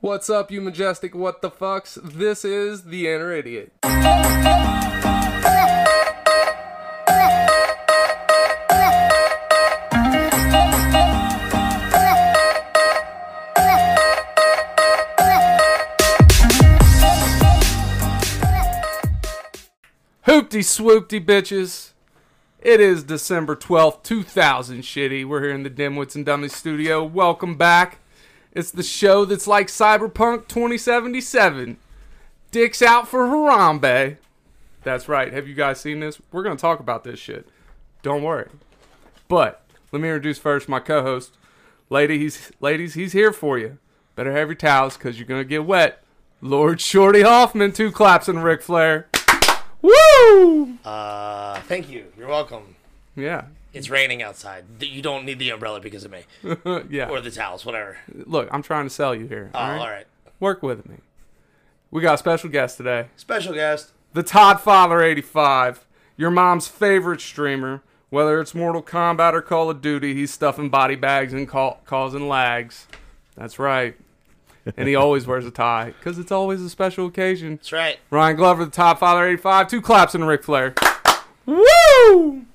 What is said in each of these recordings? What's up, you majestic what the fucks? This is the Inner Idiot. Hoopty swoopty bitches. It is December 12th, 2000 shitty. We're here in the Dimwits and Dummies studio. Welcome back. It's the show that's like Cyberpunk 2077. Dicks out for Harambe. That's right. Have you guys seen this? We're going to talk about this shit. Don't worry. But let me introduce first my co-host. Lady, he's, ladies, he's here for you. Better have your towels because you're going to get wet. Lord Shorty Hoffman, two claps and Ric Flair. Woo! Uh, thank you. You're welcome. Yeah. It's raining outside. Th- You don't need the umbrella because of me yeah. or the towels, whatever. Look, I'm trying to sell you here. Oh, all, right? all right. Work with me. We got a special guest today. Special guest. The Todd Father 85, your mom's favorite streamer. Whether it's Mortal Kombat or Call of Duty, he's stuffing body bags and ca- causing lags. That's right. And he always wears a tie because it's always a special occasion. That's right. Ryan Glover, the Todd Father 85, two claps and a Ric Flair. Woo!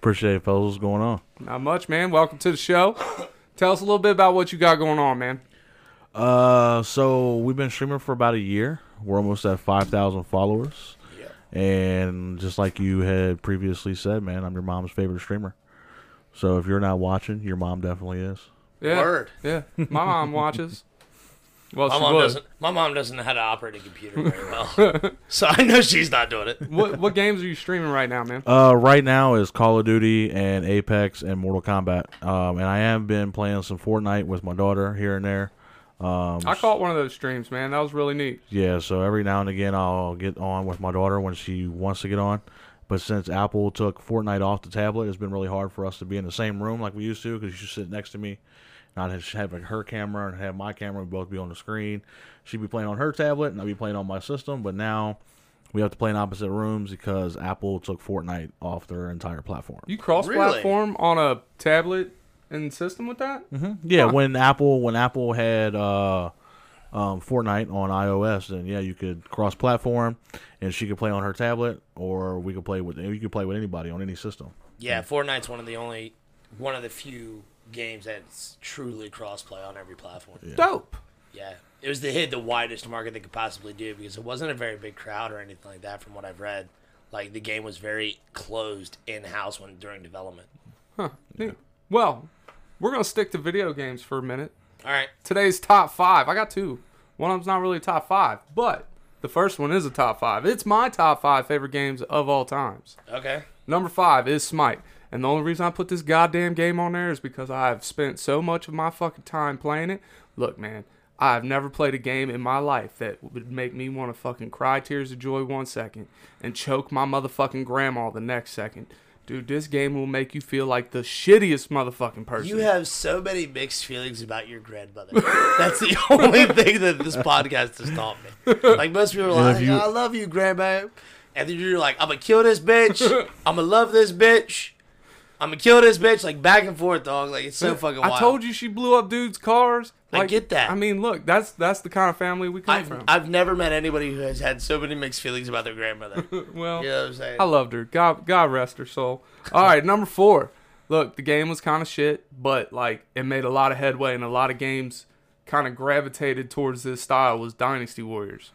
Appreciate it, fellas. What's going on? Not much, man. Welcome to the show. Tell us a little bit about what you got going on, man. Uh, so we've been streaming for about a year. We're almost at five thousand followers, Yeah. and just like you had previously said, man, I'm your mom's favorite streamer. So if you're not watching, your mom definitely is. Yeah. Word. Yeah, my mom watches. Well, My she mom would. doesn't. My mom doesn't know how to operate a computer very well, so I know she's not doing it. What what games are you streaming right now, man? Uh, right now is Call of Duty and Apex and Mortal Kombat. Um, and I have been playing some Fortnite with my daughter here and there. Um, I caught one of those streams, man. That was really neat. Yeah, so every now and again I'll get on with my daughter when she wants to get on. But since Apple took Fortnite off the tablet, it's been really hard for us to be in the same room like we used to because she sit next to me. And I'd just have like, her camera and have my camera we'd both be on the screen. She'd be playing on her tablet and I'd be playing on my system. But now we have to play in opposite rooms because Apple took Fortnite off their entire platform. You cross platform on a tablet and system with that? Mm-hmm. Yeah, when Apple when Apple had uh, um, Fortnite on iOS, then yeah, you could cross platform, and she could play on her tablet, or we could play with you could play with anybody on any system. Yeah, Fortnite's one of the only, one of the few games that's truly cross-play on every platform. Yeah. Dope. it was the hit the widest market they could possibly do because it wasn't a very big crowd or anything like that from what I've read. Like the game was very closed in-house when during development. Neat. Well, we're gonna stick to video games for a minute. All right. Today's top five. I got two. One of them's not really a top five, but the first one is a top five. It's my top five favorite games of all times. Okay. Number five is Smite. And the only reason I put this goddamn game on there is because I've spent so much of my fucking time playing it. Look, man, I've never played a game in my life that would make me want to fucking cry tears of joy one second and choke my motherfucking grandma the next second. Dude, this game will make you feel like the shittiest motherfucking person. You have so many mixed feelings about your grandmother. That's the only thing that this podcast has taught me. Like most people are And if like, you- "I love you, grandma," and then you're like, "I'm gonna kill this bitch. I'm gonna love this bitch. I'm gonna kill this bitch." Like back and forth, dog. Like it's so fucking wild. I told you she blew up dudes' cars. I get that. I mean, look, that's that's the kind of family we come I've, from. I've never met anybody who has had so many mixed feelings about their grandmother. You well, know what I'm saying? I loved her. God, God rest her soul. All right, number four. Look, the game was kind of shit, but like it made a lot of headway, and a lot of games kind of gravitated towards this style. Was Dynasty Warriors?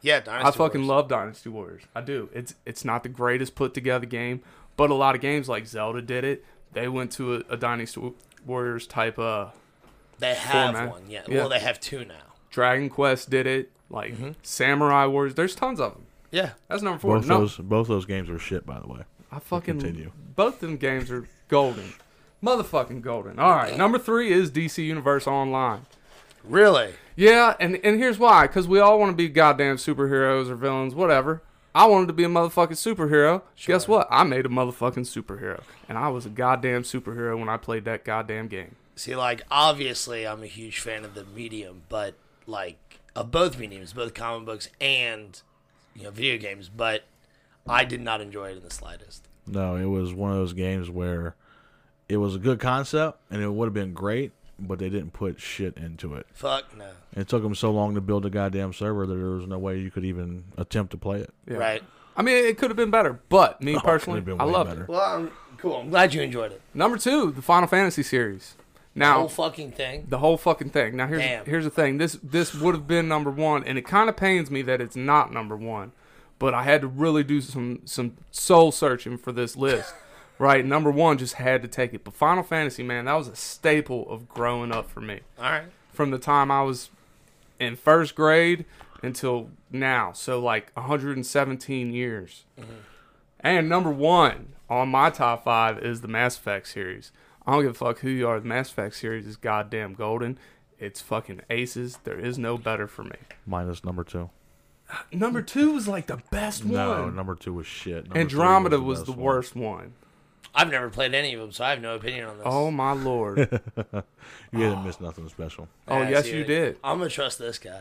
yeah, I Dynasty fucking Warriors. love Dynasty Warriors. I do. It's it's not the greatest put together game, but a lot of games like Zelda did it. They went to a, a Dynasty Warriors type. Uh, They have format. one. Yeah. Yeah. Well, they have two now. Dragon Quest did it. Like Mm-hmm. Samurai Warriors. There's tons of them. Yeah. That's number four. Both No- those both those games are shit, by the way. I fucking Continue. both them games are golden, motherfucking golden. All right, number three is DC Universe Online. Really? Yeah, and and here's why: because we all want to be goddamn superheroes or villains, whatever. I wanted to be a motherfucking superhero. Guess what? I made a motherfucking superhero, and I was a goddamn superhero when I played that goddamn game. See, like obviously, I'm a huge fan of the medium, but like of both mediums, both comic books and you know video games. But I did not enjoy it in the slightest. No, it was one of those games where it was a good concept and it would have been great but they didn't put shit into it. Fuck no. It took them so long to build a goddamn server that there was no way you could even attempt to play it. Yeah. Right. I mean, it could have been better, but me could've personally, Oh, been I way loved better. it. Well, I'm, cool. I'm glad you enjoyed it. Number two, the Final Fantasy series. The Now, whole fucking thing. the whole fucking thing. Now here's Damn. here's the thing. This this would have been number one, and it kind of pains me that it's not number one. But I had to really do some some soul searching for this list. right, number one just had to take it. But Final Fantasy, man, that was a staple of growing up for me All right. from the time I was in first grade until now. So like 117 years. And number one on my top five is the Mass Effect series. I don't give a fuck who you are. The Mass Effect series is goddamn golden. It's fucking aces. There is no better for me. Minus number two. Number two was like the best No, one. number two was shit. Number Andromeda three was the, best one. worst one. I've never played any of them, so I have no opinion on this. Oh my lord. You didn't miss nothing special. Oh Yeah, I yes see you it. did. I'm gonna trust this guy.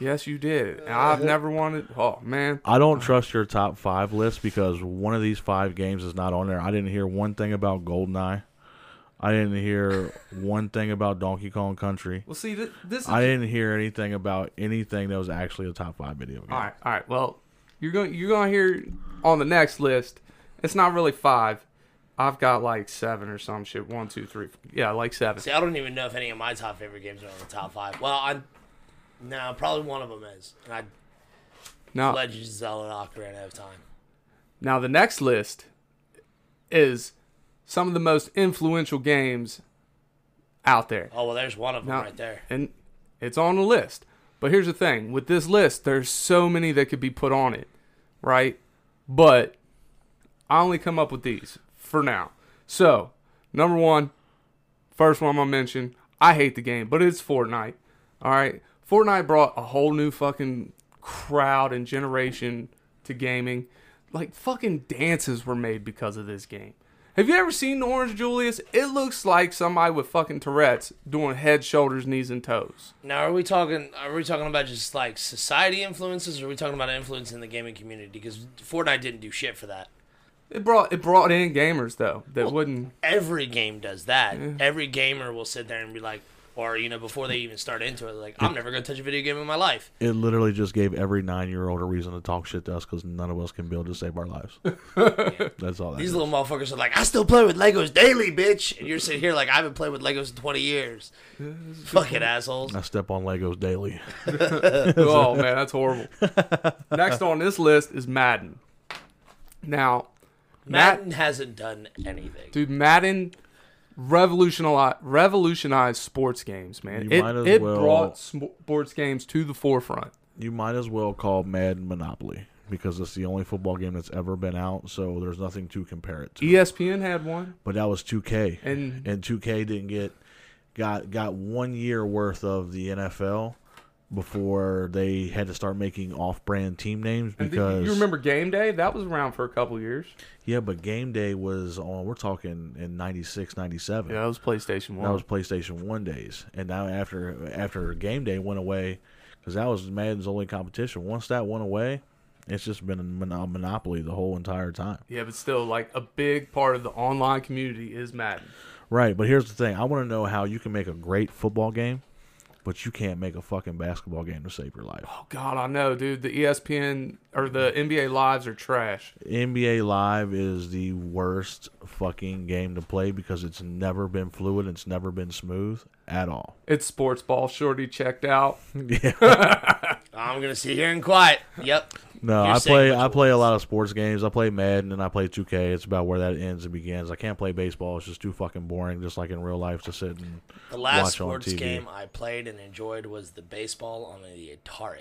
Yes you did. And I've never wanted. Oh man. I don't trust your top five list because one of these five games is not on there. I didn't hear one thing about Goldeneye. I didn't hear one thing about Donkey Kong Country. Well see th- this is I didn't hear anything about anything that was actually a top five video game. All right, all right. Well, you're going to you're going to hear on the next list. It's not really five. I've got like seven or some shit. One, two, three. Four. Yeah, like seven. See, I don't even know if any of my top favorite games are on the top five. Well, I no, probably one of them is. And I Now, Legends of Zelda and Ocarina of Time. now the next list is some of the most influential games out there. Oh well, there's one of them Now- right there. and it's on the list. But here's the thing: with this list, there's so many that could be put on it, right? But I only come up with these for now. So number one, first one I'm gonna mention. I hate the game, but it's Fortnite. All right, Fortnite brought a whole new fucking crowd and generation to gaming. Like fucking dances were made because of this game. Have you ever seen Orange Julius? It looks like somebody with fucking Tourette's doing head, shoulders, knees, and toes. Now, are we talking? Are we talking about just like society influences, or are we talking about influence in the gaming community? Because Fortnite didn't do shit for that. It brought it brought in gamers though that wouldn't. Every game does that. Every gamer will sit there and be like, or you know, before they even start into it, like, I'm never gonna touch a video game in my life. It literally just gave every nine year old a reason to talk shit to us because none of us can build to save our lives. That's all that These is. little motherfuckers are like, I still play with Legos daily, bitch. And you're sitting here like, I haven't played with Legos in 20 years. Fucking assholes. I step on Legos daily. Oh man, that's horrible. Next on this list is Madden. Now, Matt, Madden hasn't done anything. dude, Madden revolutionized revolutionized sports games, man. You it might as it well- brought sm- sports games to the forefront. You might as well call Madden Monopoly because it's the only football game that's ever been out, so there's nothing to compare it to. E ESPN had one. But that was 2K, And- and 2K didn't get got got one year worth of the NFL before they had to start making off-brand team names And do because you remember Game Day? That was around for a couple years. yeah, but Game Day was on. We're talking in 96, 97. Yeah, that was PlayStation One. That was PlayStation One days, and now after after Game Day went away, because that was Madden's only competition. Once that went away, it's just been a mon- monopoly the whole entire time. yeah, but still, like a big part of the online community is Madden. Right, but here's the thing: I want to know how you can make a great football game, but you can't make a fucking basketball game to save your life. Oh God, I know, dude. The E ESPN or the NBA lives are trash. NBA Live is the worst fucking game to play because it's never been fluid, it's never been smooth at all. It's sports ball. Shorty checked out. I'm gonna sit here and quiet. Yep. No, You're I saying play which I play a ones? lot of sports games. I play Madden and I play 2K. It's about where that ends and begins. I can't play baseball. It's just too fucking boring. Just like in real life, to sit and The last watch sports on TV. game I played and enjoyed was the baseball on the Atari.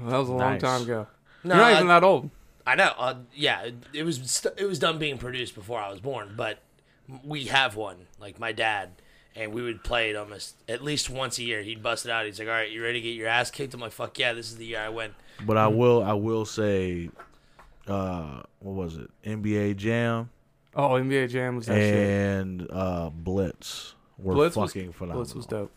Well, that was a long Nice. time ago. No, You're not I- even that old. I know. Uh, yeah, it, it was st- it was done being produced before I was born, but we have one. Like my dad, and we would play it almost at least once a year. He'd bust it out. He's like, "All right, you ready to get your ass kicked?" I'm like, "Fuck yeah, this is the year I win." But Hmm. I will I will say, uh, what was it? NBA Jam Oh, NBA Jam was that shit. and uh, Blitz were Blitz was fucking phenomenal. Blitz was dope.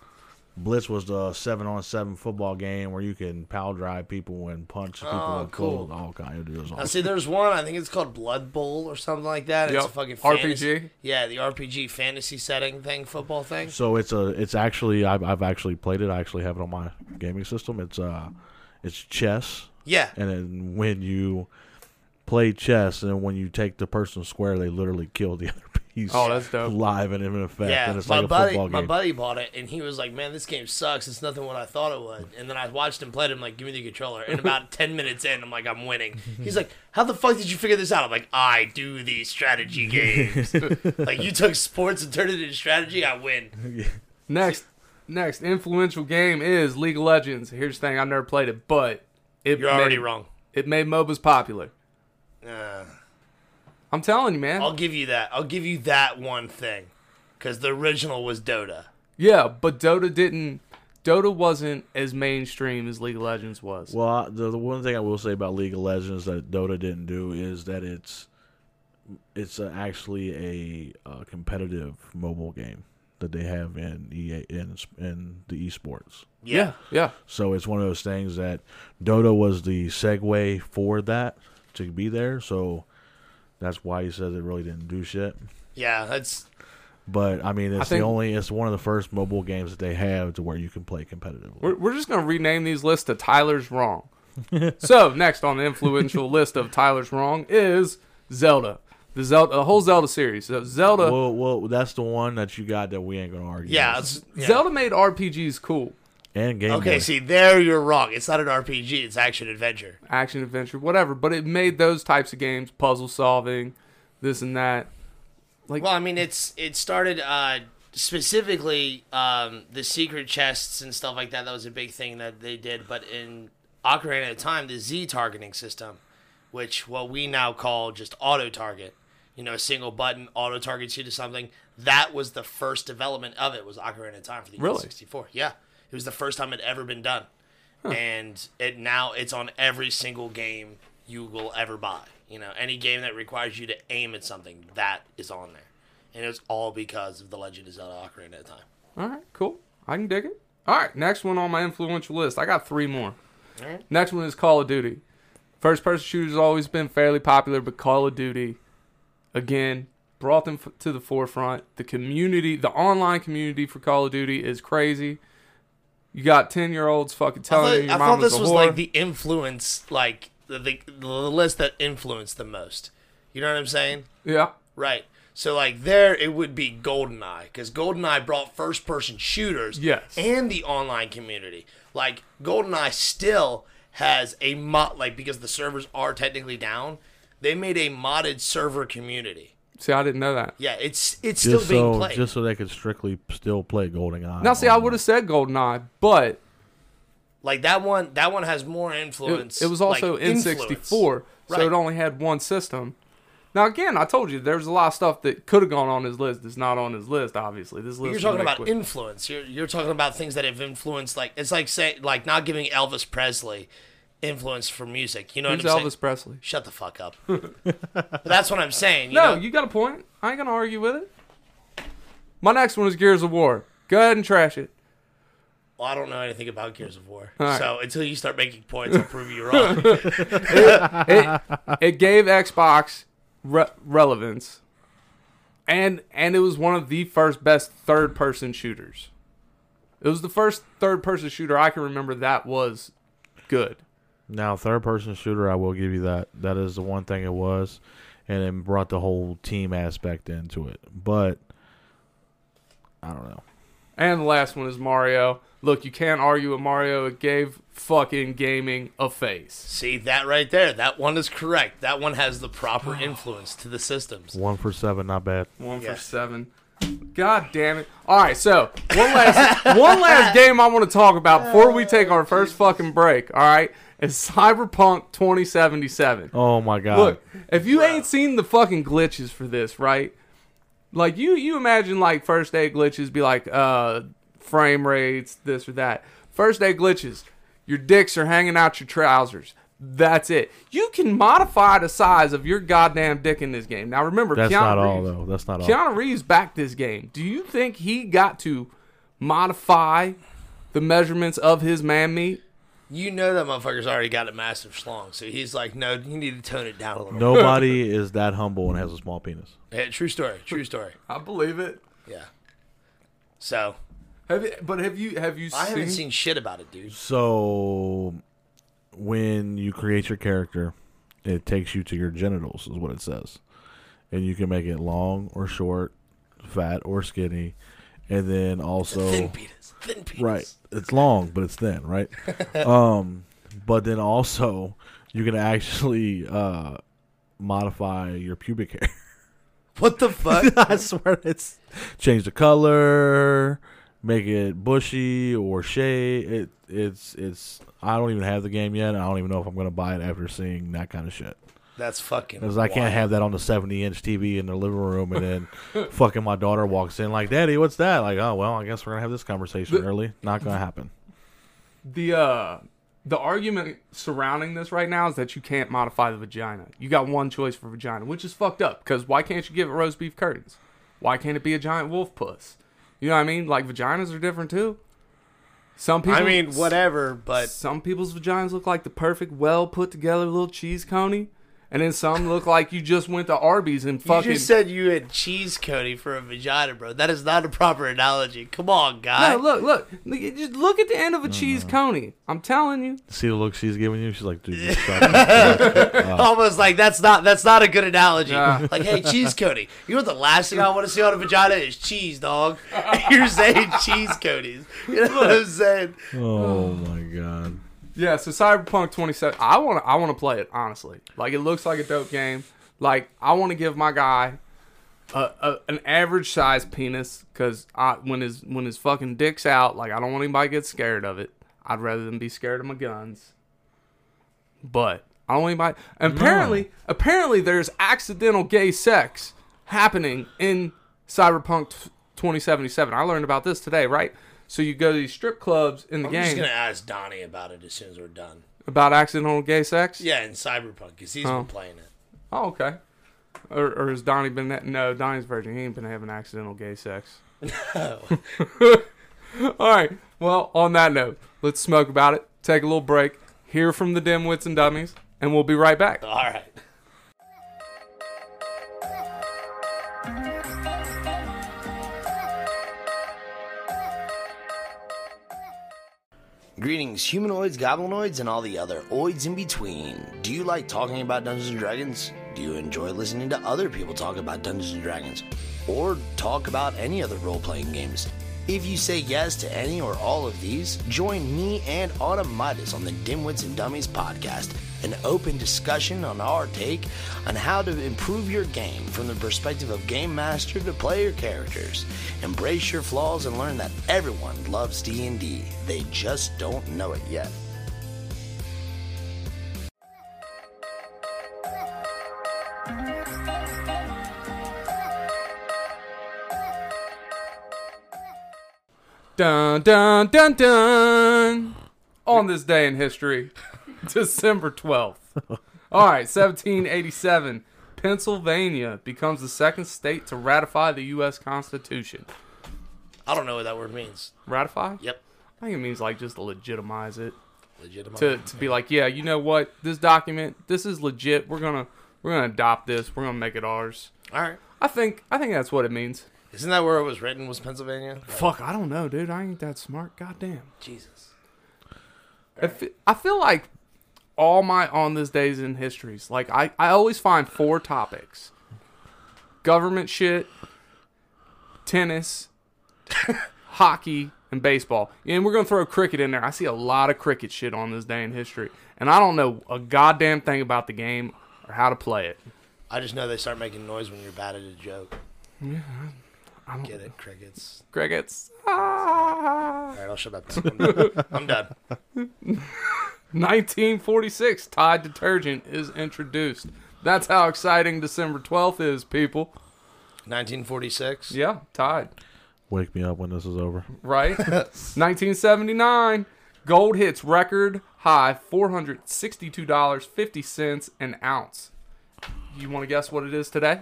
Blitz was the seven on seven football game where you can pal drive people and punch people Oh, with cool. cool. all kind of deals. Now, see, there's one. I think it's called Blood Bowl or something like that. It's Yep. a fucking RPG? fantasy- Yeah, the RPG fantasy setting thing, football thing. So it's a it's actually I've, I've actually played it. I actually have it on my gaming system. It's uh it's chess, Yeah, and then when you play chess and when you take the person square, they literally kill the other piece. Oh, that's dope. Live and in effect, yeah. and it's my like a buddy, football my game. buddy bought it, and he was like, "Man, this game sucks. It's nothing what I thought it would." And then I watched him play it. I'm like, "Give me the controller." And about ten minutes in, I'm like, "I'm winning." He's like, "How the fuck did you figure this out?" I'm like, "I do these strategy games. like you took sports and turned it into strategy. I win." Next, next influential game is League of Legends. Here's the thing: I've never played it, but it You're made, already wrong. It made MOBAs popular. Uh, I'm telling you, man. I'll give you that. I'll give you that one thing, because the original was Dota. yeah, but Dota didn't. Dota wasn't as mainstream as League of Legends was. Well, I- the, the one thing I will say about League of Legends that Dota didn't do is that it's it's uh actually a uh, competitive mobile game that they have in EA in in the esports. Yeah. yeah, So it's one of those things that Dota was the segue for that to be there. So that's why he says it really didn't do shit. Yeah, that's But I mean, it's think- the only it's one of the first mobile games that they have to where you can play competitively. we're, we're just gonna rename these lists to Tyler's Wrong. so next on the influential list of Tyler's Wrong is Zelda. The Zelda, the whole Zelda series. So Zelda, well, well, that's the one that you got that we ain't gonna argue. yeah. with. It's, yeah. Zelda made RPGs cool, and Game Okay, Boy. see, there you're wrong. It's not an RPG. It's action adventure. action adventure, whatever. But it made those types of games, puzzle solving, this and that. Well, I mean, it's it started uh, specifically um, the secret chests and stuff like that. That was a big thing that they did. But in Ocarina of Time, the Z targeting system, which what we now call just auto target, you know, a single button auto targets you to something. That was the first development of it. Was Ocarina of Time for the Really? N64? Yeah, it was the first time it ever been done, and it now it's on every single game you will ever buy. You know, any game that requires you to aim at something that is on there and it was all because of the Legend of Zelda Ocarina at the time. All right, cool. I can dig it. All right, next one on my influential list. I got three more. All right. Next one is Call of Duty. First person shooters has always been fairly popular, but Call of Duty, again, brought them f- to the forefront. The community, the online community for Call of Duty is crazy. You got 10 year olds fucking I telling thought, you your I mom thought this a was whore. like the influence, like the, the the list that influenced the most. You know what I'm saying? Yeah. Right. So like there, it would be GoldenEye because GoldenEye brought first-person shooters Yes. and the online community. Like GoldenEye still has a mod, like because the servers are technically down, they made a modded server community. See, I didn't know that. Yeah, it's it's still just being so played. just so they could strictly still play GoldenEye. Now, see, I would have said GoldenEye, but Like that one, that one has more it, influence. it was also like, in influence. 64 Right. so it only had one system now again i told you there's a lot of stuff that could have gone on his list that's not on his list obviously this list You're was talking made about quick. influence. You're you're talking about things that have influenced. Like it's like say like not giving Elvis Presley influence for music. You know Who's what I'm elvis saying? presley Shut the fuck up. but that's what I'm saying. You no know? you got a point i ain't gonna argue with it my next one is gears of war go ahead and trash it Well, I don't know anything about Gears of War. right. So until you start making points, I'll prove you wrong. it, it gave xbox re- relevance and and it was one of the first best third person shooters it was the first third person shooter i can remember that was good Now, third person shooter, I will give you that. That is the one thing it was, and it brought the whole team aspect into it. But I don't know. And the last one is Mario. Look, you can't argue with Mario. It gave fucking gaming a face. See that right there? That one is correct. That one has the proper influence to the systems. One for seven, not bad. One Yeah. for seven. God damn it. All right, so one last one last game I want to talk about before we take our first fucking break, all right, is Cyberpunk 2077. Oh my god! Look, if you ain't seen the fucking glitches for this, right? Like you you imagine like first day glitches be like uh frame rates, this or that. First day glitches, your dicks are hanging out your trousers. That's it. You can modify the size of your goddamn dick in this game. Now remember, that's Keanu not all Reeves, though. That's not all. Keanu Reeves backed this game. Do you think he got to modify the measurements of his man meat. You know that motherfucker's already got a massive schlong, so he's like, no, you need to tone it down a little. Nobody is that humble and has a small penis. Yeah, true story. True story. I believe it. Yeah. So Have you, but have you have you I seen, haven't seen shit about it, dude. So when you create your character, it takes you to your genitals is what it says. And you can make it long or short, fat or skinny, and then also Thin penis. Thin penis. Right. It's long, but it's thin, right? um, but then also you can actually uh, modify your pubic hair. What the fuck? I swear it's change the color, make it bushy or shade. It it's it's I don't even have the game yet. and I don't even know if I'm gonna buy it after seeing that kind of shit. That's fucking. Because I can't wild. have that on the 70 inch TV in the living room, and then fucking my daughter walks in like, "Daddy, what's that?" Like, oh well, I guess we're gonna have this conversation The- early. Not gonna happen. the uh the argument surrounding this right now is that you can't modify the vagina. You got one choice for vagina, which is fucked up. Because why can't you give it roast beef curtains? Why can't it be a giant wolf puss? You know what I mean? Like vaginas are different too. Some people. I mean, whatever, but Some people's vaginas look like the perfect, well put together little cheese coney, and then some look like you just went to Arby's and You fucking. just said you had cheese Cody for a vagina, bro. That is not a proper analogy. Come on, guy. no, look, look, look, you just look at the end of a cheese coney. I'm telling you, See the look she's giving you. She's like, "Dude, you suck." Almost like that's not that's not a good analogy. Nah. Like, hey, cheese Cody. You know what the last thing I want to see on a vagina is cheese, dog. You're saying cheese Cody's. You know what I'm saying? oh my god. yeah. So Cyberpunk 27, I want to, I want to play it honestly. Like it looks like a dope game. Like I want to give my guy a, a, an average sized penis because when his when his fucking dick's out, like I don't want anybody to get scared of it. I'd rather than be scared of my guns. but I don't anybody. Mm. Apparently, apparently, there's accidental gay sex happening in Cyberpunk t- 2077. I learned about this today, right? So you go to these strip clubs in the I'm just game gonna ask Donnie about it as soon as we're done. about accidental gay sex. Yeah, in Cyberpunk, because he's Oh. been playing it. Oh, okay. Or, or has Donnie been? that no, Donnie's virgin. He ain't been having accidental gay sex. All right. Well, on that note, let's smoke about it. Take a little break. Hear from the dimwits and dummies, and we'll be right back. All right. Greetings, humanoids, goblinoids, and all the other oids in between. Do you like talking about Dungeons and Dragons? Do you enjoy listening to other people talk about Dungeons and Dragons? Or talk about any other role playing games? If you say yes to any or all of these, join me and Automidas on the Dimwits and Dummies podcast, an open discussion on our take on how to improve your game from the perspective of game master to player characters. Embrace your flaws and learn that everyone loves D&D. They just don't know it yet. Dun dun dun dun. On this day in history, December 12th. All right, 1787, Pennsylvania becomes the second state to ratify the U.S. Constitution. I don't know what that word means. Ratify? Yep. I think it means like just to legitimize it. Legitimate. To, to be like, yeah, you know what? This document, this is legit. We're gonna we're gonna adopt this. We're gonna make it ours. All right. I think I think that's what it means. Isn't that where it was written? Was Pennsylvania? Fuck, I don't know, dude. I ain't that smart. Goddamn. Jesus. I fe- I feel like all my on this days in histories, like I, I always find four topics government shit, tennis, hockey, and baseball. And we're going to throw cricket in there. I see a lot of cricket shit on this day in history. And I don't know a goddamn thing about the game or how to play it. I just know they start making noise when you're bad at a joke. Yeah. I Get it, crickets. Crickets. Ah. All right, I'll shut up. I'm done. I'm done. 1946, Tide detergent is introduced. That's how exciting December 12th is, people. 1946. Yeah, Tide. Wake me up when this is over. right? 1979, gold hits record high $462.50 an ounce. You want to guess what it is today?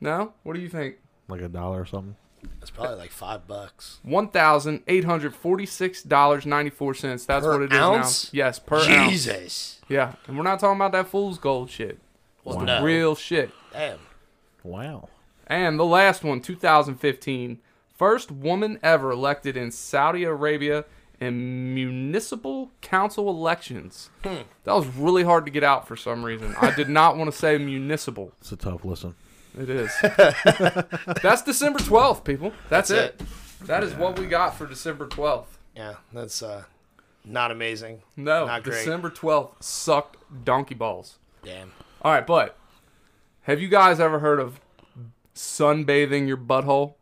No? What do you think? Like a dollar or something. It's probably like five bucks. One thousand eight hundred forty-six dollars ninety-four cents. That's Per what it is ounce? now. Yes, per ounce. Jesus. Yeah, and we're not talking about that fool's gold shit. Well, no. Real shit. Damn. Wow. And the last one, 2015, first woman ever elected in Saudi Arabia in municipal council elections. Hmm. That was really hard to get out for some reason. I did not want to say municipal. It's a tough listen. It is. That's December 12th, people. That's, it. That is what we got for December 12th. Yeah, that's uh, not amazing. No, Not great. December 12th sucked donkey balls. Damn. All right, but have you guys ever heard of sunbathing your butthole?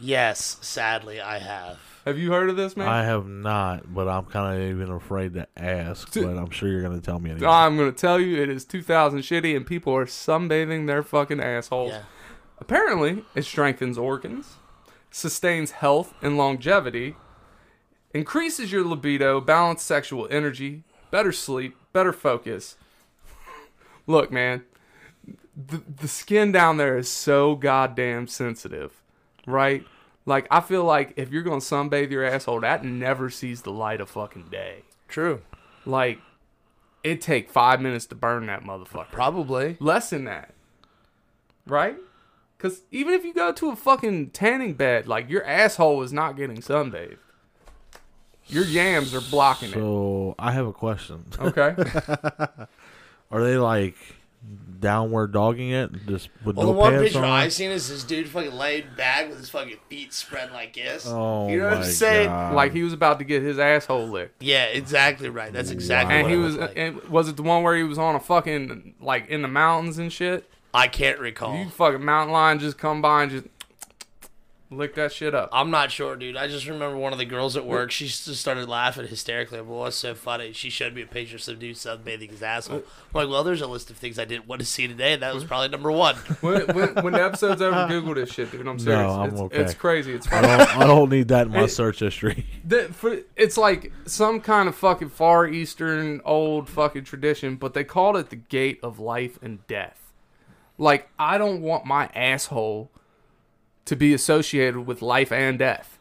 Yes, sadly, I have. Have you heard of this, man? I have not, but I'm kind of even afraid to ask. Dude. But I'm sure you're going to tell me. Anyway. I'm gonna tell you, it is 2000 shitty, and people are sunbathing their fucking assholes. Yeah. Apparently, it strengthens organs, sustains health and longevity, increases your libido, balance sexual energy, better sleep, better focus. Look, man, the, the skin down there is so goddamn sensitive, right? Like, I feel like if you're gonna sunbathe your asshole, that never sees the light of fucking day. True. Like, it take five minutes to burn that motherfucker. Probably. Less than that, right? Because even if you go to a fucking tanning bed, like your asshole is not getting sunbathed. Your yams are blocking So I have a question. it. Okay. Are they like downward dogging it? Just with Well, no the one pants picture on? I've seen is this dude fucking laid back with his fucking feet spread like this. Oh, you know what I'm my saying? God. like he was about to get his asshole licked, Yeah, exactly right. That's exactly. and what he it was. uh, looked like. and was it the one where he was on a fucking like in the mountains and shit? I can't recall. You fucking mountain lion just come by and just lick that shit up. I'm not sure, dude. I just remember one of the girls at work. She just started laughing hysterically. I'm like, "Well, that's so funny." She showed me a picture of some dude sunbathing his asshole. I'm like, "Well, there's a list of things I didn't want to see today. and That was probably number one." when, when, when the episode's over, Google this shit, dude. I'm serious. I'm it's, okay. it's crazy. It's I funny. don't, I don't need that in my It- search history. The- for- it's like some kind of fucking far eastern old fucking tradition, but they called it the gate of life and death. Like I don't want my asshole to be associated with life and death.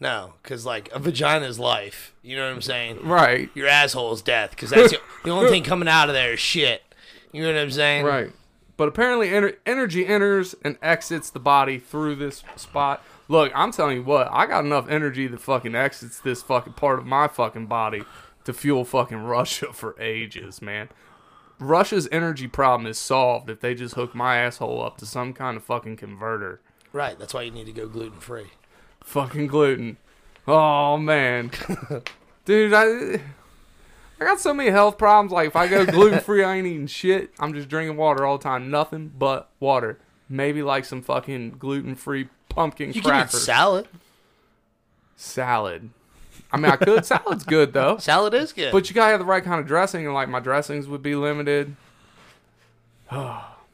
No, because like a vagina is life. You know what I'm saying? Right. Your asshole is death, because that's the, the only thing coming out of there is shit. You know what I'm saying? Right. But apparently, ener- energy enters and exits the body through this spot. Look, I'm telling you what, I got enough energy that fucking exits this fucking part of my fucking body to fuel fucking Russia for ages, man. Russia's energy problem is solved if they just hook my asshole up to some kind of fucking converter. Right. That's why you need to go gluten free. Fucking gluten. Oh, man. Dude, I. I got so many health problems. Like if I go gluten free, I ain't eating shit. I'm just drinking water all the time. Nothing but water. Maybe like some fucking gluten free pumpkin You can eat crackers. salad. salad. I mean, I could. Salad's good though, Salad is good. but you gotta have the right kind of dressing, and like my dressings would be limited.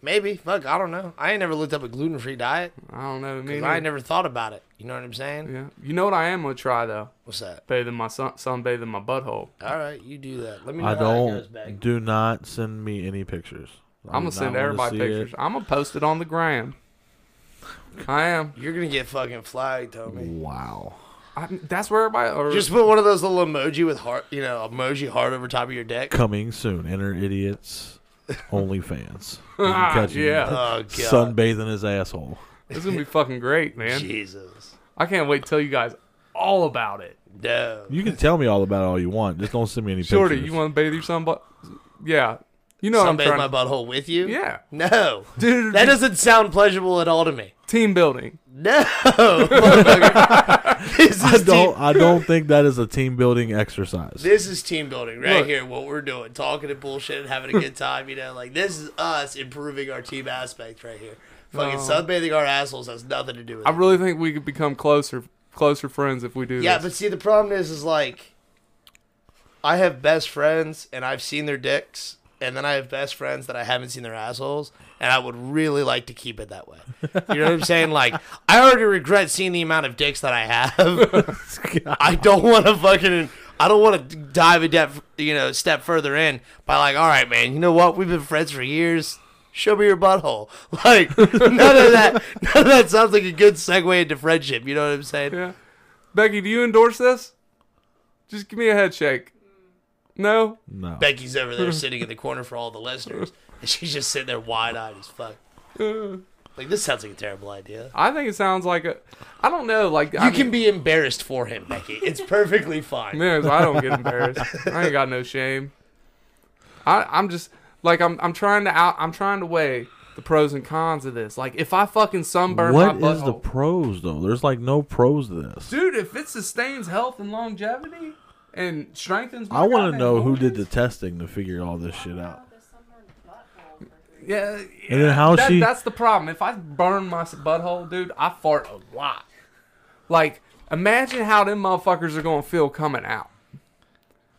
maybe fuck, I don't know. I ain't never looked up a gluten free diet. I don't know. Me 'cause neither. I ain't never thought about it. You know what I'm saying? yeah. You know what I am gonna try though? What's that? Bathing my sun, sunbathing my butthole. All right, you do that. Let me know I how that goes back. don't. Do not send me any pictures. I I'm gonna do not send wanna everybody see it. pictures. I'm gonna post it on the gram. I am. You're gonna get fucking flagged, Tommy. Wow. I, that's where everybody. Or, Just put one of those little emoji with heart, you know, emoji heart over top of your dick. Coming soon. Enter idiots. OnlyFans. You can catch ah, him yeah. Oh god, Sunbathing his asshole. This is gonna be fucking great, man. Jesus, I can't wait to tell you guys all about it. no. You can tell me all about it all you want. Just don't send me any Shorty, pictures. you want to bathe your sunbutt? Yeah, you know what I'm Sunbathe trying. my to butthole with you? Yeah. No, Dude, that doesn't sound pleasurable at all to me. team building. No, motherfucker. this I is don't. Team, I don't think that is a team building exercise. this is team building right Look. here. What we're doing, talking and bullshit and having a good time. You know, like this is us improving our team aspect right here. Fucking sunbathing our assholes has nothing to do with. I it. really think we could become closer, closer friends if we do Yeah, this. but see, the problem is, is like, I have best friends and I've seen their dicks, and then I have best friends that I haven't seen their assholes, and I would really like to keep it that way. You know what I'm saying? Like, I already regret seeing the amount of dicks that I have. Oh, I don't want to fucking. I don't want to dive a depth, you know, step further in by like, all right, man, you know what? We've been friends for years. show me your butthole. Like none of that. None of that sounds like a good segue into friendship. You know what I'm saying? Yeah. Becky, do you endorse this? Just give me a head shake. No? No. Becky's over there sitting in the corner for all the listeners, and she's just sitting there wide eyed as fuck. Like this sounds like a terrible idea. I think it sounds like a. I don't know. Like You can be embarrassed for him, Becky. It's perfectly fine. Yes, I don't get embarrassed. I ain't got no shame. I, I'm just like I'm. I'm trying to out. I'm trying to weigh the pros and cons of this. Like if I fucking sunburn What my is the butthole, pros though? There's like no pros to this. dude. If it sustains health and longevity and strengthens, my I want to goddamn know who did the organs, testing to figure all this shit out. Yeah, And then how that, she- That's the problem. If I burn my s- butthole, dude, I fart a lot. Like imagine how them motherfuckers are gonna feel coming out.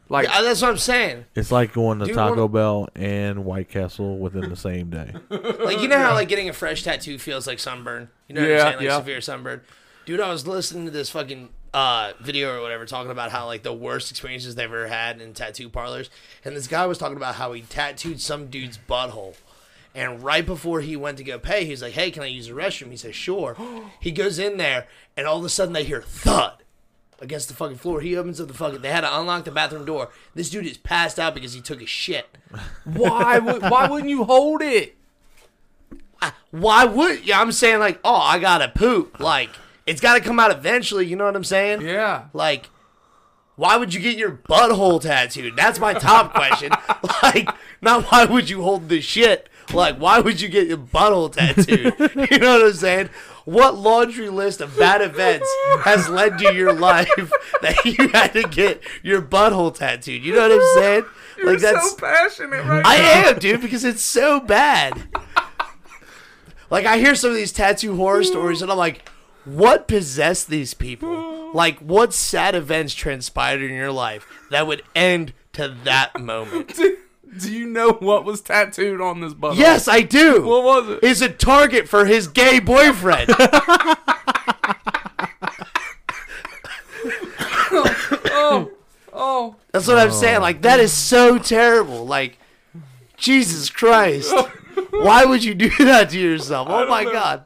Like Yeah, Uh, that's what I'm saying. It's like going to you Taco wanna- Bell and White Castle within the same day. Like you know how like getting a fresh tattoo feels like sunburn. You know what Yeah, I'm saying? Like yeah. severe sunburn. Dude, I was listening to this fucking uh, video or whatever talking about how like the worst experiences they've ever had in tattoo parlors, and this guy was talking about how he tattooed some dude's butthole. And right before he went to go pay, he's like, "Hey, can I use the restroom?" He says, "Sure." he goes in there, and all of a sudden they hear thud against the fucking floor. He opens up the fucking. They had to unlock the bathroom door. This dude is passed out because he took a shit. why? Would, why wouldn't you hold it? Why would yeah, I'm saying like, oh, I gotta poop. Like, it's gotta come out eventually, you know what I'm saying? Yeah. Like, why would you get your butthole tattooed? That's my top question. like, not why would you hold this shit? Like, why would you get your butthole tattooed? you know what I'm saying? What laundry list of bad events has led to your life that you had to get your butthole tattooed? You know what I'm saying? like so passionate right I am, dude, because it's so bad. Like I hear some of these tattoo horror stories, and I'm like, what possessed these people? Like, what sad events transpired in your life that would end to that moment? Do you know what was tattooed on this butthole? Yes, I do. What was it? is a target for his gay boyfriend. Oh, oh. That's what I'm saying. Like that is so terrible. Like Jesus Christ, why would you do that to yourself? Oh my God,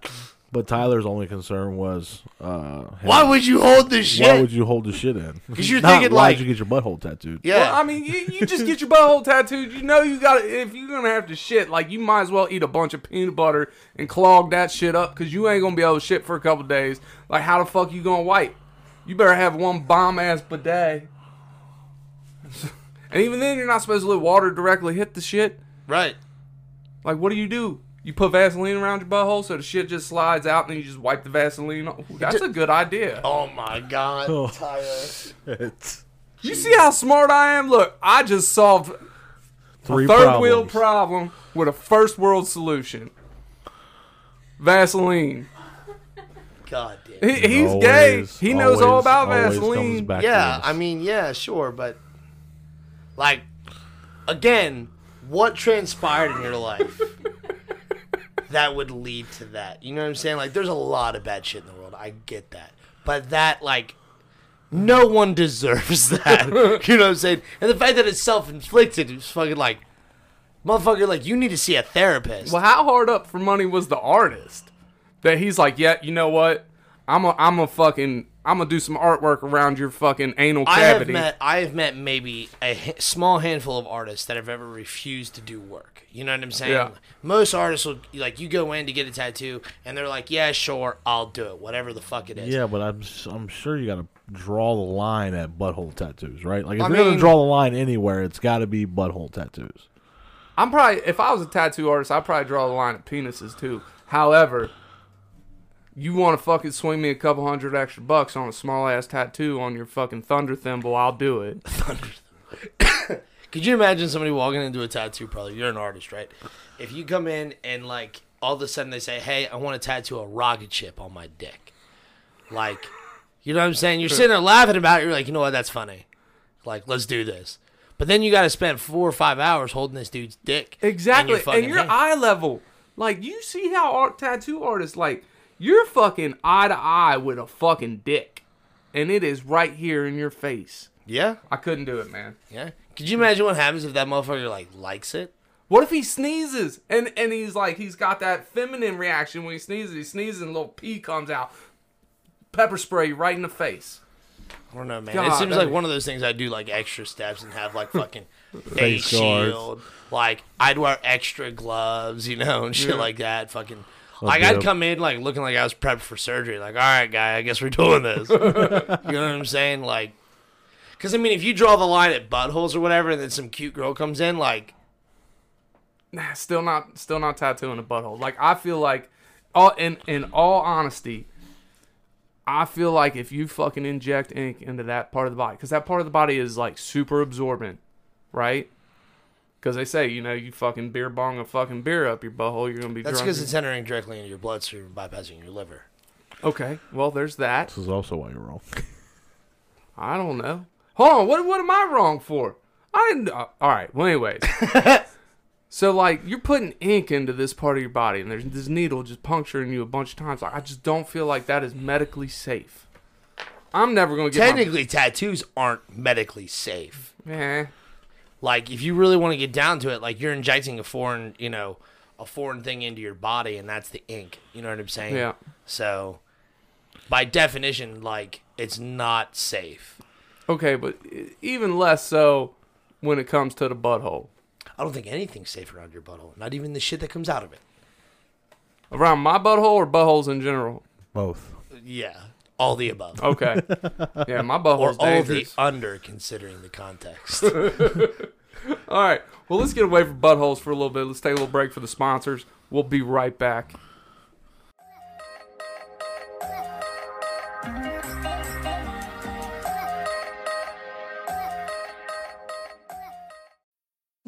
But Tyler's only concern was, uh, hey, why would you hold this shit? why would you hold the shit in? 'Cause you're Not thinking, why'd like- you get your butthole tattooed? yeah, Well, I mean, you, you just get your butthole tattooed. You know, you got to if you're gonna have to shit, like you might as well eat a bunch of peanut butter and clog that shit up because you ain't gonna be able to shit for a couple days. Like, how the fuck you gonna wipe? You better have one bomb ass bidet. and even then, you're not supposed to let water directly hit the shit. right. Like, what do you do? You put Vaseline around your butthole so the shit just slides out, and then you just wipe the Vaseline. off. Ooh, That's a good idea. Oh my god, Oh. Tyler. You see how smart I am? Look, I just solved Three third wheel problems. problem with a first world solution. Vaseline. God damn. He, he's Always, gay. He knows all always, about always comes Vaseline. back to Yeah, this. I mean, yeah, sure, but like again, what transpired in your life that would lead to that? You know what I'm saying? Like there's a lot of bad shit in the world. I get that. But that like no one deserves that. you know what I'm saying? And the fact that it's self-inflicted is fucking like motherfucker like you need to see a therapist. Well, how hard up for money was the artist that he's like, yeah, you know what? I'm a, I'm a fucking, I'm gonna do some artwork around your fucking anal I have cavity. met I have met maybe a h- small handful of artists that have ever refused to do work. You know what I'm saying? Yeah. Most artists will like you go in to get a tattoo and they're like, "Yeah, sure, I'll do it, whatever the fuck it is." Yeah, but I'm s- I'm sure you got to draw the line at butthole tattoos, right? Like if I you're gonna mean- draw the line anywhere, it's got to be butthole tattoos. I'm probably, if I was a tattoo artist, I'd probably draw the line at penises too. However, you want to fucking swing me a couple hundred extra bucks on a small ass tattoo on your fucking thunder thimble, I'll do it. Could you imagine somebody walking into a tattoo parlor? You're an artist, right? If you come in and like all of a sudden they say, "Hey, I want to tattoo a rocket ship on my dick," like, you know what I'm saying? You're sitting there laughing about it. You're like, you know what? That's funny. Like, let's do this. But then you got to spend four or five hours holding this dude's dick. in your Exactly. fucking And your hand. eye level. Like you see how art tattoo artists like you're fucking eye to eye with a fucking dick. And it is right here in your face. yeah, I couldn't do it, man. yeah. Could you imagine what happens if that motherfucker like likes it? What if he sneezes and and he's like he's got that feminine reaction when he sneezes. He sneezes and a little pee comes out. Pepper spray right in the face. I don't know, man. God, it seems that'd like be- one of those things I do like extra steps and have like fucking face Face guards. shield. Like I'd wear extra gloves, you know, and shit like that. Fucking like yeah. I'd come in like looking like I was prepped for surgery. Like, all right, guy, I guess we're doing this. you know what I'm saying? Like, because I mean, if you draw the line at buttholes or whatever, and then some cute girl comes in, like, Nah, still not still not tattooing a butthole. Like I feel like all in in all honesty, I feel like if you fucking inject ink into that part of the body, because that part of the body is like super absorbent, right? Because they say, you know, you fucking beer bong a fucking beer up your butthole, you're gonna be that's drunk. because it's entering directly into your bloodstream, and bypassing your liver. okay, well, there's that. This is also why you're wrong. I don't know. Hold on, what what am I wrong for? I didn't. Uh, all right. Well, anyways. so like you're putting ink into this part of your body, and there's this needle just puncturing you a bunch of times. Like I just don't feel like that is medically safe. I'm never gonna get. my- Technically, tattoos aren't medically safe. Eh. like if you really want to get down to it like you're injecting a foreign you know a foreign thing into your body and that's the ink you know what i'm saying Yeah. so by definition like it's not safe Okay, but e- even less so when it comes to the butthole. i don't think anything's safe around your butthole not even the shit that comes out of it Around my butthole or buttholes in general. Both. yeah all the above Okay. yeah, my or butthole's all the dangerous. under considering the context All right. Well, let's get away from buttholes for a little bit. Let's take a little break for the sponsors. We'll be right back.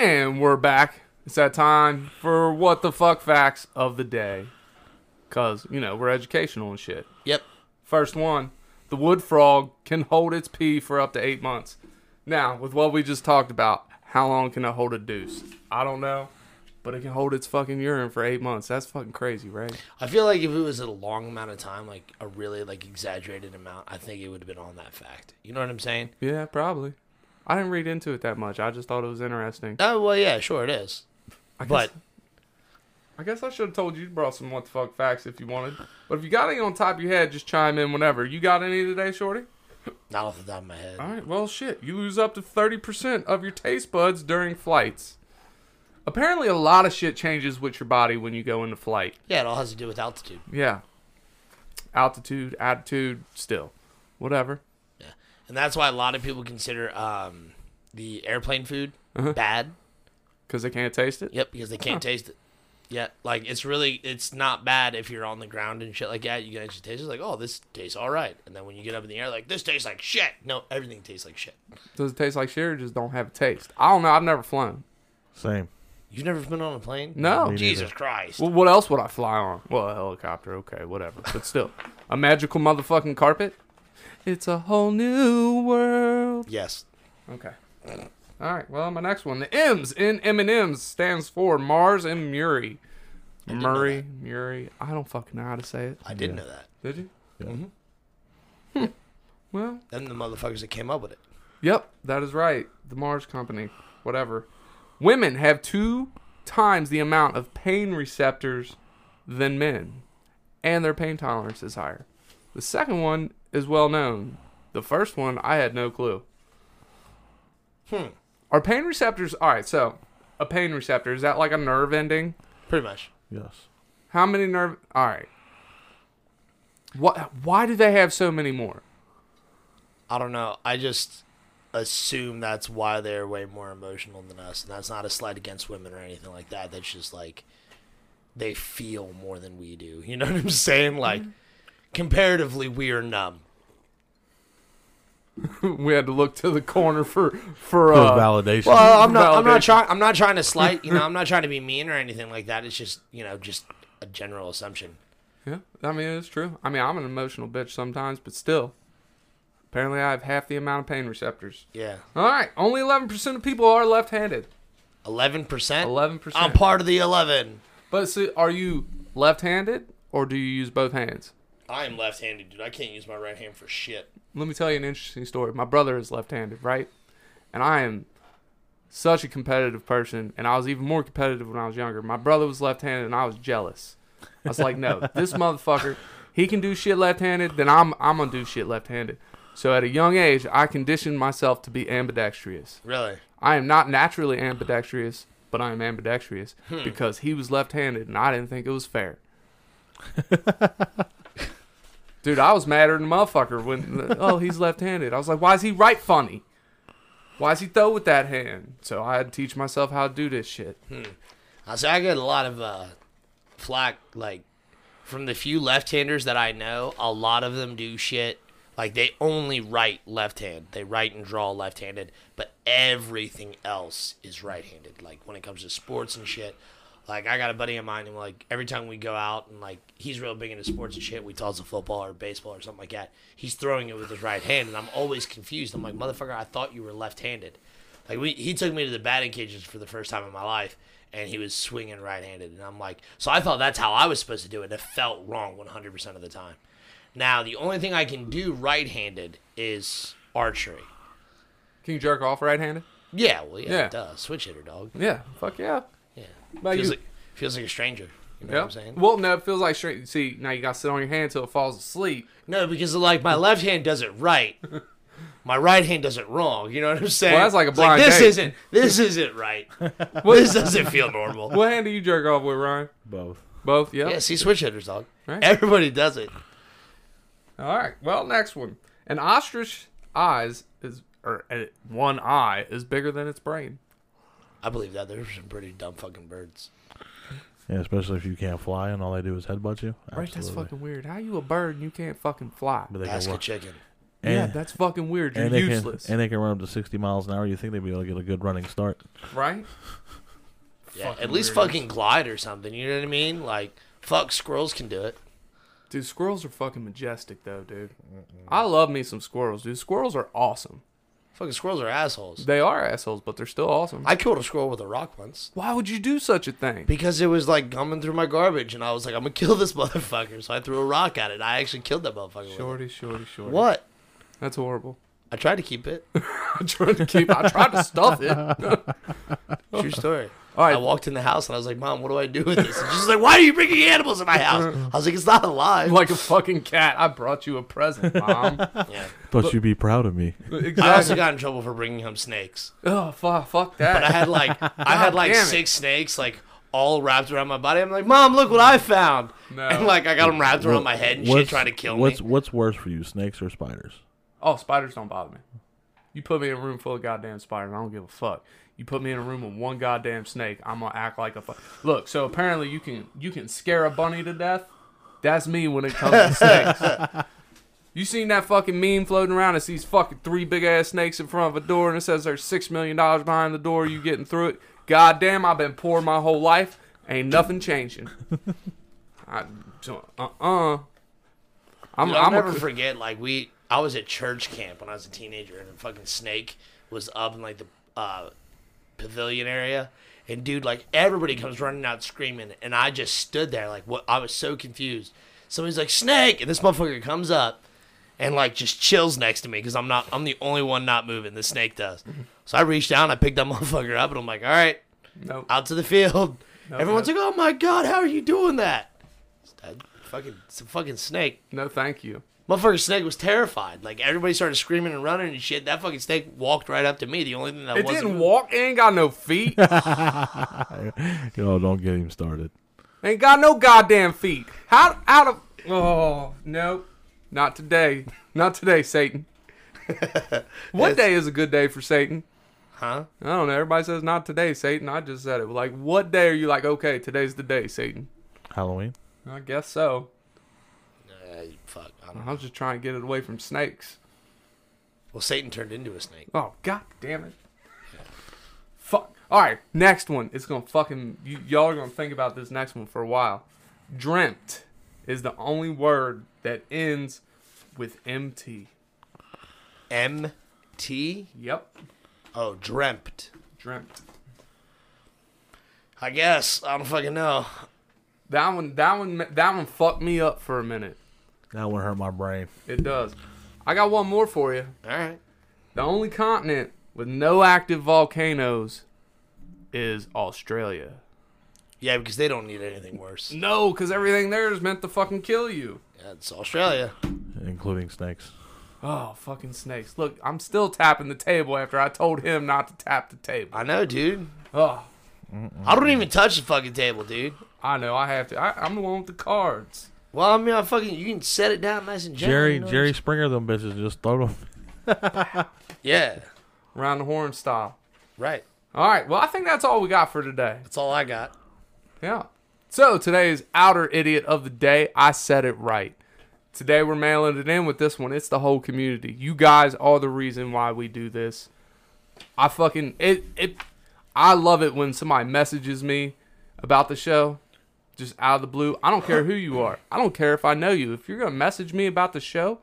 And we're back. It's that time for what the fuck facts of the day. Because, you know, we're educational and shit. yep First one the wood frog can hold its pee for up to eight months. Now, with what we just talked about, how long can it hold a deuce? I don't know, but it can hold its fucking urine for eight months. That's fucking crazy, right? i feel like if it was a long amount of time like a really like exaggerated amount i think it would have been on that fact you know what i'm saying Yeah, probably. I didn't read into it that much. I just thought it was interesting. oh well yeah sure it is I guess- but I guess I should have told you to brought some what the fuck facts if you wanted. But if you got any on top of your head, just chime in whenever. You got any today, Shorty? not off the top of my head All right, well, shit. You lose up to 30% of your taste buds during flights. Apparently, a lot of shit changes with your body when you go into flight. Yeah, it all has to do with altitude. Yeah. Altitude, attitude, still. Whatever. And that's why a lot of people consider um, the airplane food Uh-huh. bad. Because they can't taste it? Yep, because they can't taste it. Yeah, like it's really it's not bad if you're on the ground and shit like that. You can actually taste it like, oh, this tastes all right. And then when you get up in the air, like this tastes like shit. No, everything tastes like shit. Does it taste like shit or just don't have a taste? I don't know. I've never flown. Same. You've never been on a plane? No. Jesus Christ. Well, what else would I fly on? Well, a helicopter, okay, whatever. But still, a magical motherfucking carpet? It's a whole new world. yes. Okay. All right. Well, my next one, the M's in M and M's stands for Mars and Murray. Murray, Murray. I don't fucking know how to say it. I did know that. Did you? Mhm. Hmm. Well, Them the motherfuckers that came up with it. yep, that is right. The Mars Company, whatever. Women have two times the amount of pain receptors than men, and their pain tolerance is higher. The second one is well known. The first one, I had no clue. Hmm. Are pain receptors. All right, so a pain receptor, is that like a nerve ending? Pretty much. Yes. How many nerve. All right. What, why do they have so many more? I don't know. I just assume that's why they're way more emotional than us, and that's not a slight against women or anything like that. That's just like they feel more than we do. You know Mm-hmm. what I'm saying? Like comparatively, we are numb. we had to look to the corner for for For uh, validation. Well, I'm not. I'm not Validation. trying. I'm not trying to slight. You know, I'm not trying to be mean or anything like that. It's just you know, just a general assumption. Yeah, I mean it's true. I mean I'm an emotional bitch sometimes, but still, apparently I have half the amount of pain receptors. Yeah, All right, only 11% of people are left-handed. eleven percent. 11%. I'm part of the eleven. But see, are you left-handed or do you use both hands? I am left-handed, dude. I can't use my right hand for shit. Let me tell you an interesting story. My brother is left-handed, right? And I am such a competitive person, and I was even more competitive when I was younger. My brother was left-handed, and I was jealous. I was like, no, this motherfucker, he can do shit left-handed, then I'm I'm gonna do shit left-handed. So at a young age, I conditioned myself to be ambidextrous. Really? I am not naturally ambidextrous, but I am ambidextrous Hmm. because he was left-handed, and I didn't think it was fair. Dude, I was madder than a motherfucker when oh he's left-handed. I was like, why is he right funny? Why is he throw with that hand? So I had to teach myself how to do this shit. Hmm. I say I get a lot of uh, flack, like from the few left-handers that I know. A lot of them do shit like they only write left-hand. They write and draw left-handed, but everything else is right-handed. Like when it comes to sports and shit. Like I got a buddy of mine, and like every time we go out, and like he's real big into sports and shit. We toss a football or baseball or something like that. He's throwing it with his right hand, and I'm always confused. I'm like, motherfucker, I thought you were left-handed. Like we, he took me to the batting cages for the first time in my life, and he was swinging right-handed, and I'm like, so I thought that's how I was supposed to do it. and It felt wrong 100% of the time. Now the only thing I can do right-handed is archery. Can you jerk off right-handed? Yeah, well, yeah, Yeah. duh, switch hitter, dog. Yeah, fuck yeah. Yeah, Like feels you- like feels like a stranger. You know yeah. what I'm saying? Well, no, it feels like straight. See, now you got to sit on your hand till it falls asleep. No, because like my left hand does it right. My right hand does it wrong. You know what I'm saying? Well, that's like a It's blind this date. isn't. This isn't right. this doesn't feel normal. What hand do you jerk off with, Ryan? Both. Both. Yep. Yeah, see, switch hitters, dog. Right. Everybody does it. All right. Well, next one. An ostrich eyes is or uh, one eye is bigger than its brain. I believe that there's some pretty dumb fucking birds. Yeah, especially if you can't fly and all they do is headbutt you. Right. That's fucking weird. How you a bird and you can't fucking fly? But they can Ask a run- chicken. and, yeah, that's fucking weird. You're and they useless. Can, and they can run up to 60 miles an hour. You think they'd be able to get a good running start? right. Yeah, at least fucking glide or something. You know what I mean? Like, fuck, squirrels can do it. Dude, squirrels are fucking majestic though, dude. I love me some squirrels, dude. Squirrels are awesome. Fucking squirrels are assholes. They are assholes, but they're still awesome. I killed a squirrel with a rock once Why would you do such a thing? because it was like gumming through my garbage, and I was like, I'm gonna kill this motherfucker. So I threw a rock at it. and I actually killed that motherfucker. with it. Shorty, shorty, shorty. What? That's horrible. I tried to keep it. I tried to keep. I tried to stuff it. True story. All right. I walked in the house and I was like, Mom, what do I do with this? And she's like, Why are you bringing animals in my house? I was like, It's not alive. like a fucking cat. I brought you a present, mom. Yeah. Thought you'd be proud of me. I also exactly. got in trouble for bringing home snakes. Oh fuck, fuck that. But I had like I had like damn it. six snakes like all wrapped around my body. I'm like, Mom, look what I found. No. And like I got them wrapped around my head and shit, What's- trying to kill what's, me. What's worse for you, snakes or spiders? Oh, spiders don't bother me. You put me in a room full of goddamn spiders, I don't give a fuck. You put me in a room with one goddamn snake, I'm gonna act like a fuck. Look, so apparently you can you can scare a bunny to death. That's me when it comes to snakes. You seen that fucking meme floating around that sees fucking three big ass snakes in front of a door and it says there's six million dollars behind the door, you getting through it. Goddamn, I've been poor my whole life. Ain't nothing changing. I, uh uh. I'm, Dude, I'll I'm never a, forget. Like we, I was at church camp when I was a teenager, and a fucking snake was up in like the uh, pavilion area, and dude, like everybody comes running out screaming, and I just stood there like, what? I was so confused. Somebody's like snake, and this motherfucker comes up, and like just chills next to me because I'm not, I'm the only one not moving. The snake does. So I reached down, I picked that motherfucker up, and I'm like, all right, no. out to the field. Everyone's no. like, oh my god, how are you doing that? I, fucking, it's a fucking snake. No, thank you. Motherfucking snake was terrified. Like everybody started screaming and running and shit. That fucking snake walked right up to me. The only thing that It wasn't didn't walk. It ain't got no feet. You know, don't get him started. ain't got no goddamn feet. How out of? Oh no, not today. Not today, Satan. One day is a good day for Satan. huh? I don't know. Everybody says not today, Satan. I just said it. Like, what day are you like? Okay, today's the day, Satan. Halloween? I guess so. Uh, fuck. I don't I was just trying to get it away from snakes. Well, Satan turned into a snake. Oh god damn it. Fuck. All right, next one. It's gonna fucking you, y'all are gonna think about this next one for a while. Dreamt is the only word that ends with MT. M T. Yep, Oh, dreamt. dreamt. I guess I don't fucking know. That one, that one, that one fucked me up for a minute. That one hurt my brain. It does. I got one more for you. All right. The only continent with no active volcanoes is Australia. Yeah, because they don't need anything worse. No, because everything there is meant to fucking kill you. That's Australia. including snakes. Oh, fucking snakes. Look, I'm still tapping the table after I told him not to tap the table. I know, dude. Oh, I don't even touch the fucking table, dude. I know. I have to. I, I'm the one with the cards. Well, I mean, I fucking you can set it down nice and gently. Jerry you know what Jerry Springer them bitches just throw them. I'm saying? Yeah. Round the horn style. Right. All right. Well, I think that's all we got for today. That's all I got. Yeah. So today's outer idiot of the day. I said it right. Today we're mailing it in with this one. It's the whole community. You guys are the reason why we do this. I fucking it it I love it when somebody messages me about the show just out of the blue. I don't care who you are. I don't care if I know you. If you're going to message me about the show,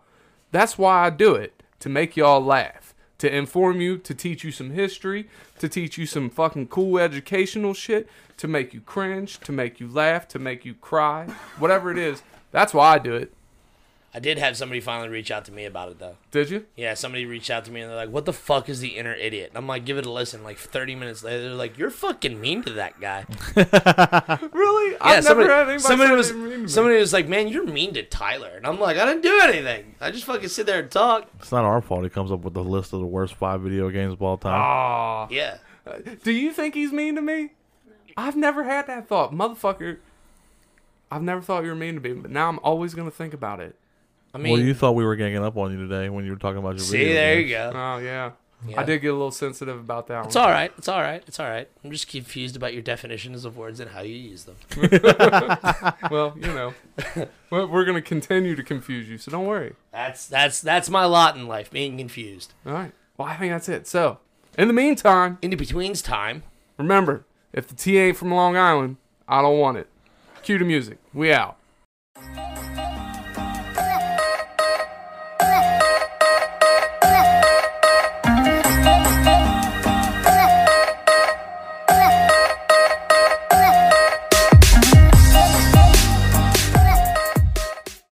that's why I do it to make y'all laugh, to inform you, to teach you some history, to teach you some fucking cool educational shit, to make you cringe, to make you laugh, to make you cry, whatever it is. That's why I do it. I did have somebody finally reach out to me about it though. Did you? Yeah, somebody reached out to me and they're like, "What the fuck is the inner idiot?" And I'm like, "Give it a listen." Like 30 minutes later, they're like, "You're fucking mean to that guy." Really? Yeah, I've somebody, never had anybody somebody say was they were mean to me. somebody was like, "Man, you're mean to Tyler," and I'm like, "I didn't do anything. I just fucking sit there and talk." It's not our fault. He comes up with the list of the worst five video games of all time. Aw. Yeah, Do you think he's mean to me? I've never had that thought, motherfucker. I've never thought you were mean to me, but now I'm always gonna think about it. I well, mean, you thought we were ganging up on you today when you were talking about your see, video there games. you go. Oh yeah. Yeah. I did get a little sensitive about that It's one. all right. It's all right. It's all right. I'm just confused about your definitions of words and how you use them. Well, you know, we're we're gonna continue to confuse you, so don't worry. That's that's that's my lot in life, being confused. All right. Well, I think that's it. So, in the meantime, In the betweens time, remember, if the tea ain't from Long Island, I don't want it. Cue the music. We out.